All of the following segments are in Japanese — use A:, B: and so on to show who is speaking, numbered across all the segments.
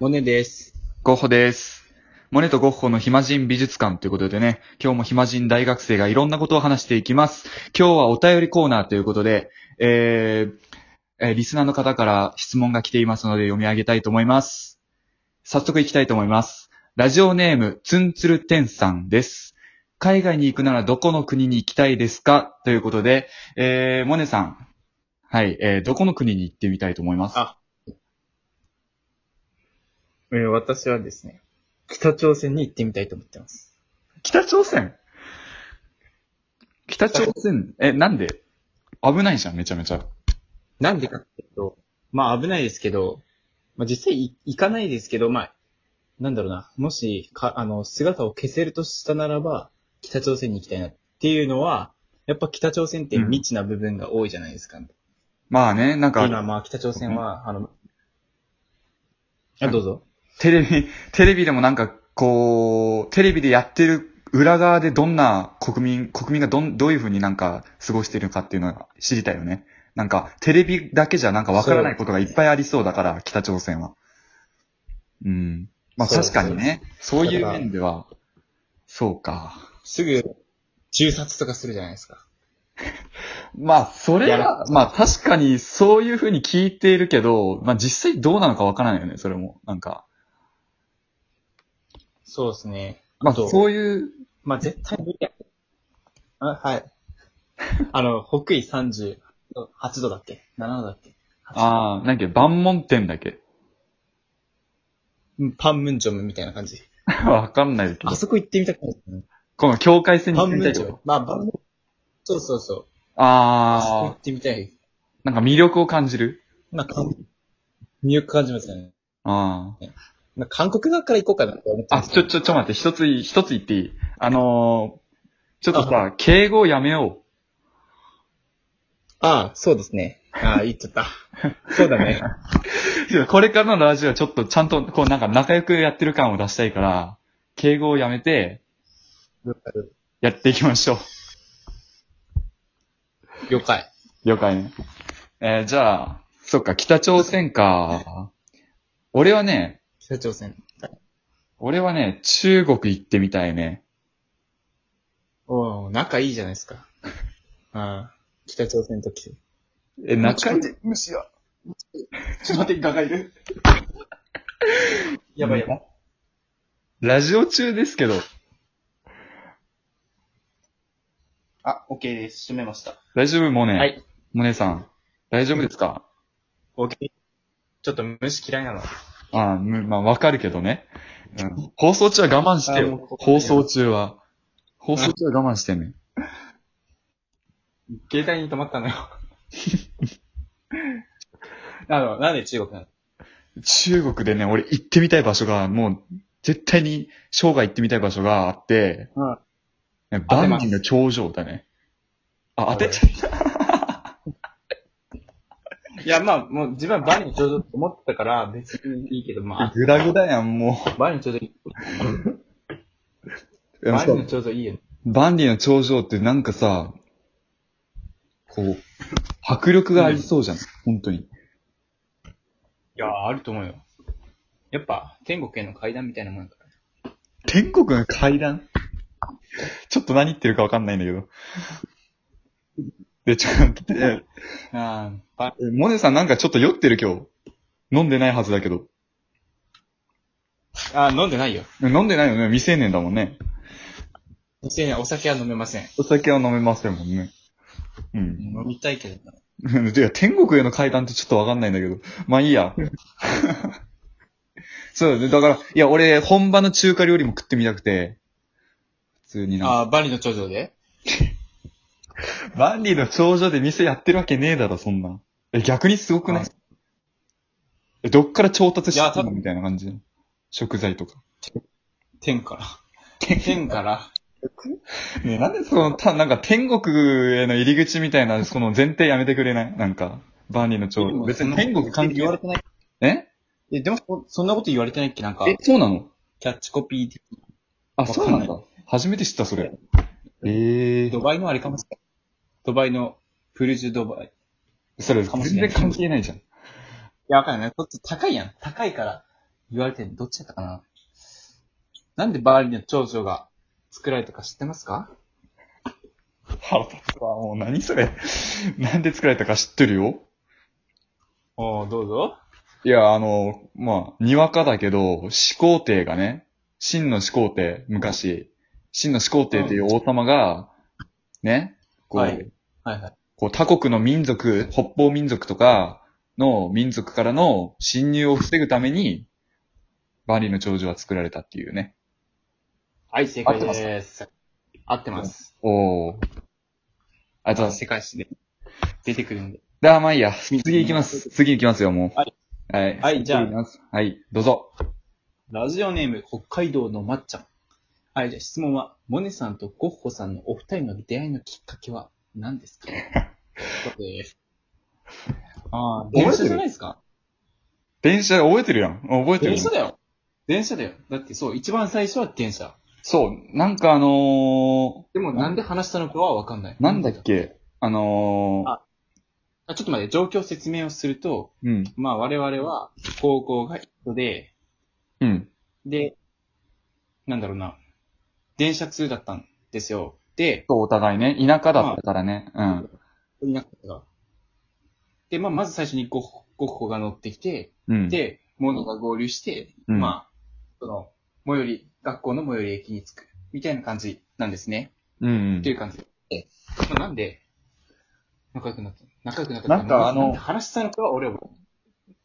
A: モネです。
B: ゴッホです。モネとゴッホの暇人美術館ということでね、今日も暇人大学生がいろんなことを話していきます。今日はお便りコーナーということで、えーえーリスナーの方から質問が来ていますので読み上げたいと思います。早速いきたいと思います。ラジオネーム、ツンツルテンさんです。海外に行くならどこの国に行きたいですかということで、えー、モネさん。はい、えー、どこの国に行ってみたいと思います。
A: あえー私はですね、北朝鮮に行ってみたいと思ってます。
B: 北朝鮮北朝鮮、え、なんで危ないじゃん、めちゃめちゃ。
A: なんでかっていうと、まあ危ないですけど、まあ実際い行かないですけど、まあ、なんだろうな、もし、か、あの、姿を消せるとしたならば、北朝鮮に行きたいなっていうのは、やっぱ北朝鮮って未知な部分が多いじゃないですか。
B: まあね、なん
A: 今、
B: か、
A: まあ北朝鮮は、あの、あ、どうぞ。
B: テレビ、テレビでもなんか、こう、テレビでやってる裏側でどんな国民、国民がどん、どういうふうになんか過ごしてるかっていうのが知りたいよね。なんか、テレビだけじゃなんかわからないことがいっぱいありそうだから、北朝鮮は。うん。まあ
A: そう
B: 確かにね、そう
A: う
B: いう
A: だから
B: 面では、そうか。
A: すぐ、銃殺とかするじゃないですか。
B: まあ、それ
A: やら
B: は、まあ確かにそういうふうに聞いているけど、まあ実際どうなのかわからないよね、それも。なんか。
A: そうですね。
B: まあ
A: と
B: そういう、
A: まあ、絶対無理や。あ、はい。 あの、北緯38度だっけ ?7 度だっけ
B: ああ、なんか万門店だっけ。
A: うんパンムンジョムみたいな感じ。
B: わかんないけど
A: あ。そこ行ってみたくないですね
B: この境界線に
A: パ
B: 行っ
A: ン
B: てみ
A: ム
B: た
A: ンジ
B: いけ
A: ョム
B: ど。。
A: まあ、パンムンそうそうそう。あそこ行
B: ああ
A: っ、てみたい。
B: なんか魅力を感じる。
A: なんか、魅力感じますよね。
B: あ
A: なんか韓国側から行こうかなって思って
B: あ。
A: ま
B: あ、
A: す
B: ちょ、ちょ、ちょ待って、一つい、一つ言っていいあのー、ちょっと
A: あ
B: さ、敬語をやめよ
A: ああ、そうですね。ああ、言っちゃ った。そうだね。
B: う。これからのラジオはちょっとちゃんと、こうなんか仲良くやってる感を出したいから、敬語をやめて、
A: 了解。
B: やっていきましょう。
A: 了解。
B: 了解ね。えーじゃあ、そっか、北朝鮮か。俺はね、
A: 北朝鮮。
B: 俺はね、中国行ってみたいね。
A: おお仲いいじゃないですか。 ああ、北朝鮮と来て。
B: え、仲いい。
A: むしろ。
B: ちょっと待って、ガがいる。
A: やばいやばい。
B: ラジオ中ですけど、
C: あ、OK です。閉めました。
B: 大丈夫モネ。
A: はい。
B: モネさん、大丈夫ですか
A: 大きい。ちょっと虫嫌いなの。
B: ああ、むまあ、わかるけどね。うん放送中は我慢して
C: あもう
B: よ
C: こ。こ
B: 放送中は。放送中は我慢してね。
A: 携帯に止まったのよ。 あの、なんで中国なの
B: 中国でね、俺行ってみたい場所が、もう、絶対に生涯行ってみたい場所があって、
C: うん
B: ね
A: 当て
B: 万
A: ます
B: 里の頂上だね。あ、当てちゃった。
A: いや、まあ、もう自分はバリにちょうどと思ってたから、別にいいけど、ま
B: グダグダやん、も
A: あ、バリにちょうどいい。
B: う。
A: バリ
B: そう
A: にちょうどいいよね。
B: 万里の頂上ってなんかさ、こう、迫力がありそうじゃん。本当に。
A: いや、あると思うよ。やっぱ、天国への階段みたいなもんやから。
B: 天国の階段ちょっと何言ってるかわかんないんだけど。で、ちょっと待って、え
A: ああ、バリ。
B: モネさんなんかちょっと酔ってる今日。飲んでないはずだけど。
A: あ飲んでないよ。
B: 飲んでないよね。未成年だもんね。
A: 別にお酒は飲めません。
B: お酒は飲めませんもんね。うん。
C: 飲みたいけどな。
B: いや、天国への階段ってちょっとわかんないんだけど。まあいいや。 そうだね。だから、いや、俺、本場の中華料理も食ってみたくて。普通にな。
A: ああ、バリの頂上で
B: バンディの頂上で店やってるわけねえだろ、そんな。え、逆にすごくない
A: あ
B: え、どっから調達してきた
A: いや多
B: のみたいな感じ。食材とか。
A: 天から。天から。
B: ねえなんでその、た、なんか天国への入り口みたいな、その前提やめてくれないなんか、バーニーの長
A: でも
B: 別に天国関係
A: 言われてない。
B: え
A: え、でもそ、そんなこと言われてないっけなんか、
B: え、そうなの
A: キャッチコピー的に
B: あ、
A: わかん
B: そうなん
A: な
B: だ。初めて知った、それ。ええ
A: ドバイのあれかもしれない。ドバイのプルジュドバイ。い
B: それ
A: かも
B: 全
A: しれない
B: 然関係ないじゃん。
A: や、わかんない。こっち高いやん。高いから。言われてるの、どっちだったかななんでバーリーの長女が作られたか知ってますか
B: 腹立つわ、もう何それ。 なんで作られたか知ってるよ
A: おー、どうぞ。
B: いや、あの、まあ、にわかだけど、始皇帝がね、真の始皇帝、昔、真の始皇帝っていう王様が、ね、こう、
A: はいはいはい。
B: こう他国の民族、北方民族とかの民族からの侵入を防ぐために、バリの長女は作られたっていうね。
A: はい、正解です。合ってます。
B: おー。ありがとうございます。
A: 世界史で出てくるんで。
B: だからまあいいや。次行きます。次行きますよ、もう。
A: は
B: はい。は
A: はいじゃあ
B: 次行きますはい、どうぞ。
A: ラジオネーム、北海道のまっちゃん。はい、じゃあ質問は、モネさんとゴッホさんのお二人の出会いのきっかけは何です かということですああ、電車じゃないですか
B: 電車覚えてるやん。覚えてる
A: 電。車だよ。電車だよ。だってそう、一番最初は電車。
B: そう、なんかあの
A: でもなんで話したのかはわかんない。
B: ー、なんだっけ、あのー、
A: ああちょっと待って、状況説明をすると、
B: うん、
A: まあ我々は高校が一緒で、
B: うん、
A: で、なんだろうな、電車通だったんですよ。で、
B: そう、お互いね、田舎だったからね、
A: いなかったが。で、まあまず最初にゴッホゴッホが乗ってきて、
B: うん、うん。、
A: で、モノが合流して、
B: うん
A: まあ、その、最寄り、学校の最寄り駅に着く、みたいな感じなんですね。
B: うん、うん
A: ってい。う感じで。まあ、なんで、仲良くなった仲良くなった
B: なんかあの
A: で話したのかは俺は、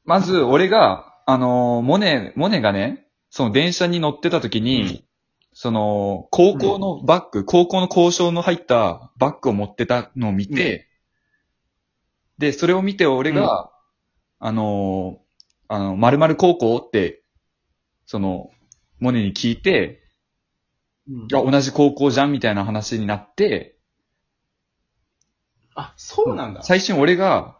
B: まず、俺が、あのーモネ、モネがね、その電車に乗ってた時に、その、高校のバッグ、高校の交渉の入ったバッグを持ってたのを見て、で、それを見て俺が、あのーあの、〇〇高校って、その、モネに聞いて、いや、同じ高校じゃんみたいな話になって、
A: あ、そうなんだ。
B: 最初に俺が、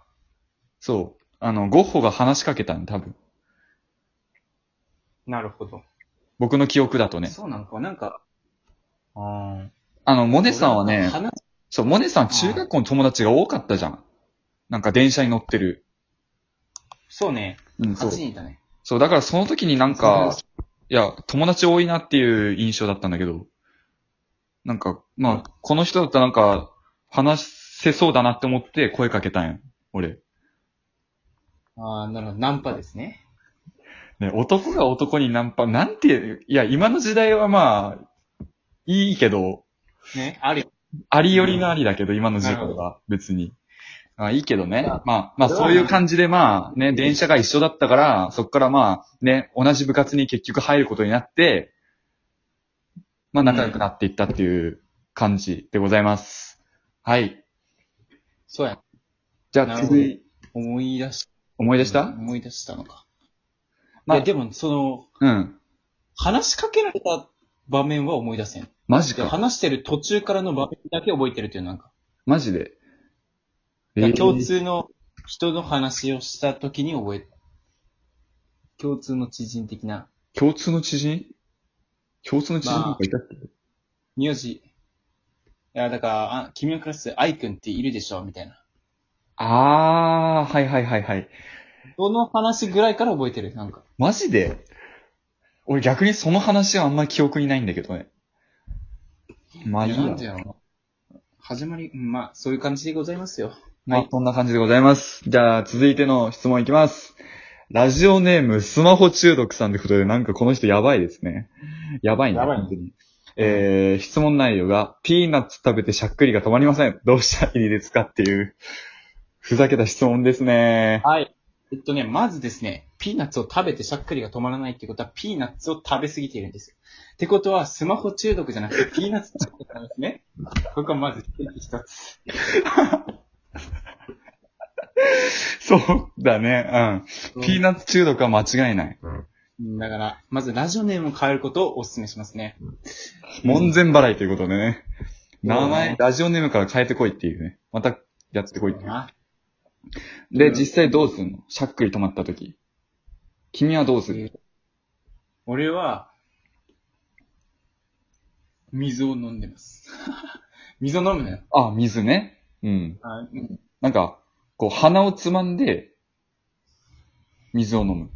B: そう、あの、ゴッホが話しかけたん多分。
A: なるほど。
B: 僕の記憶だとね。
A: そうなんか、なんか、あ
B: あの、モネさんはね、
A: 話
B: そう、モネさん
A: い
B: 中学校の友達が多かったじゃん。なんか電車に乗ってる。
A: そうね、
B: うん、そ
A: 8
B: う。
A: 人いたね。
B: そう、だからその時になんか、いや、友達多いなっていう印象だったんだけど、なんか、まあ、この人だったらなんか、話せそうだなって思って声かけたんや。俺。
A: ああ、なるほど。ナンパですね。
B: ね、男が男にナンパ、なんて、いや、今の時代はまあ、いいけど、
A: ね、あるよ。
B: ありよりのありだけど、今の時
A: な
B: 代
A: るほ
B: は、別に。あいいけどね
A: まあ。
B: まあ、まあ、
A: それは
B: そういう感じで、まあ、ね、電車が一緒だったから、そっからまあ、ね、同じ部活に結局入ることになって、まあ、仲良くなっていったっていう感じでございます。はい。
A: そうや。
B: じゃ
A: な
B: あ、
A: るほど
B: 次、
A: 思い出し
B: 思い出
A: た。
B: した
A: 思い出したのか。ま
B: まあ
A: あ、でも、その、
B: うん。
A: 話しかけられた場面は思い出せん。
B: マジ
A: で
B: か。
A: 話してる途中からの場面だけ覚えてるっていう、なんか。
B: マジで。
A: いや
B: えー
A: 共通の人の話をしたときに覚え、共通の知人的な、
B: 共通の知人共通の知人なんかいたっけ、
A: 名字、いや、だから、あ君のクラス、愛くんっているでしょみたいな。
B: あ、あー、はいはいはいはい。
A: その話ぐらいから覚えてる、なんか。
B: マジで俺逆にその話はあんまり記憶にないんだけどね。まあいい
A: なんで
B: や。
A: やろな。始まり、うんまあ、そういう感じでございますよ。
B: まあそんな感じでございます。じゃあ続いての質問いきます。ラジオネームスマホ中毒さんってことでなんかこの人やばいですね。やばいね。
A: やばいね
B: 本当に。えー、質問内容が、ピーナッツ食べてしゃっくりが止まりません。どうしたらいいですかっていう、ふざけた質問ですね。
A: はい。えっとね、まずですね、ピーナッツを食べてしゃっくりが止まらないってことは、ピーナッツを食べ過ぎているんですよ。ってことは、スマホ中毒じゃなくて、ピーナッツ中毒なんですね。 ここはまず一つ。
B: そうだね。うん。ピーナッツ中毒は間違いない。
A: だから、まずラジオネームを変えることをお勧めしますね。
B: 門前払いということでね。
A: うん
B: 名前、ラジオネームから変えてこいっていうね。またやってこいっていう。
A: あ
B: で、実際どうすんのしゃっくり止まった時。君はどうする
A: 俺は、水を飲んでます。 水を飲むのよ。
B: あ、水ね。うん。
A: あうん
B: なんか、こう、鼻をつまんで、水を飲む。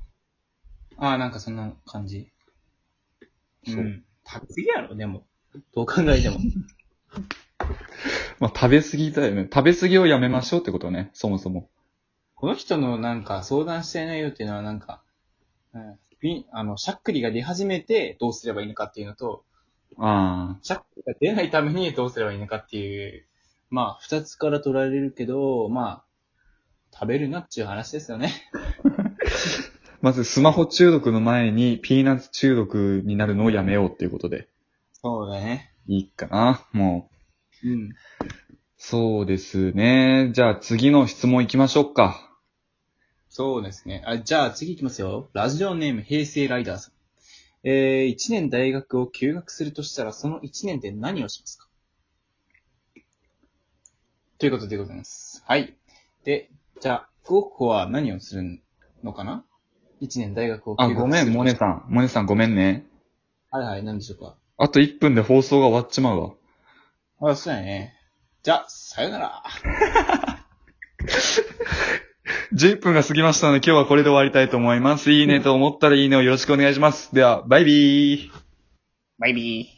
C: ああ、なんかそんな感じ。
B: そう
A: うん。食べ過ぎやろ、でも。どう考えても。
B: まあ、食べ過ぎだよね。食べ過ぎをやめましょうってことね、そもそも。
A: この人のなんか相談してないよっていうのはなんか、うん、ピンあの、しゃっくりが出始めてどうすればいいのかっていうのと、
B: ああ。
A: しゃっくりが出ないためにどうすればいいのかっていう、まあ、二つから取られるけど、まあ、食べるなっていう話ですよね。
B: まず、スマホ中毒の前に、ピーナッツ中毒になるのをやめようっていうことで。
A: そうだね。
B: いいかなもう。
A: うん。
B: そうですね。じゃあ、次の質問行きましょうか。
A: そうですね。あ、じゃあ次行きますよ。ラジオネーム平成ライダーさん。えー、1年大学を休学するとしたら、その1年で何をしますかということでございます。はい。で、じゃあ、ゴッホは何をするのかな ?1 年大学を
B: あ、
A: 休学する
B: ごめん、モネさん。モネさんごめんね。
A: ん。はいはい、何でしょうか。
B: あと1分で放送が終わっちまうわ。
A: あ、そうやね。じゃあ、さよなら。
B: 10分が過ぎましたので、今日はこれで終わりたいと思います。いいねと思ったらいいねをよろしくお願いします。では、バイビー。
C: バイビー。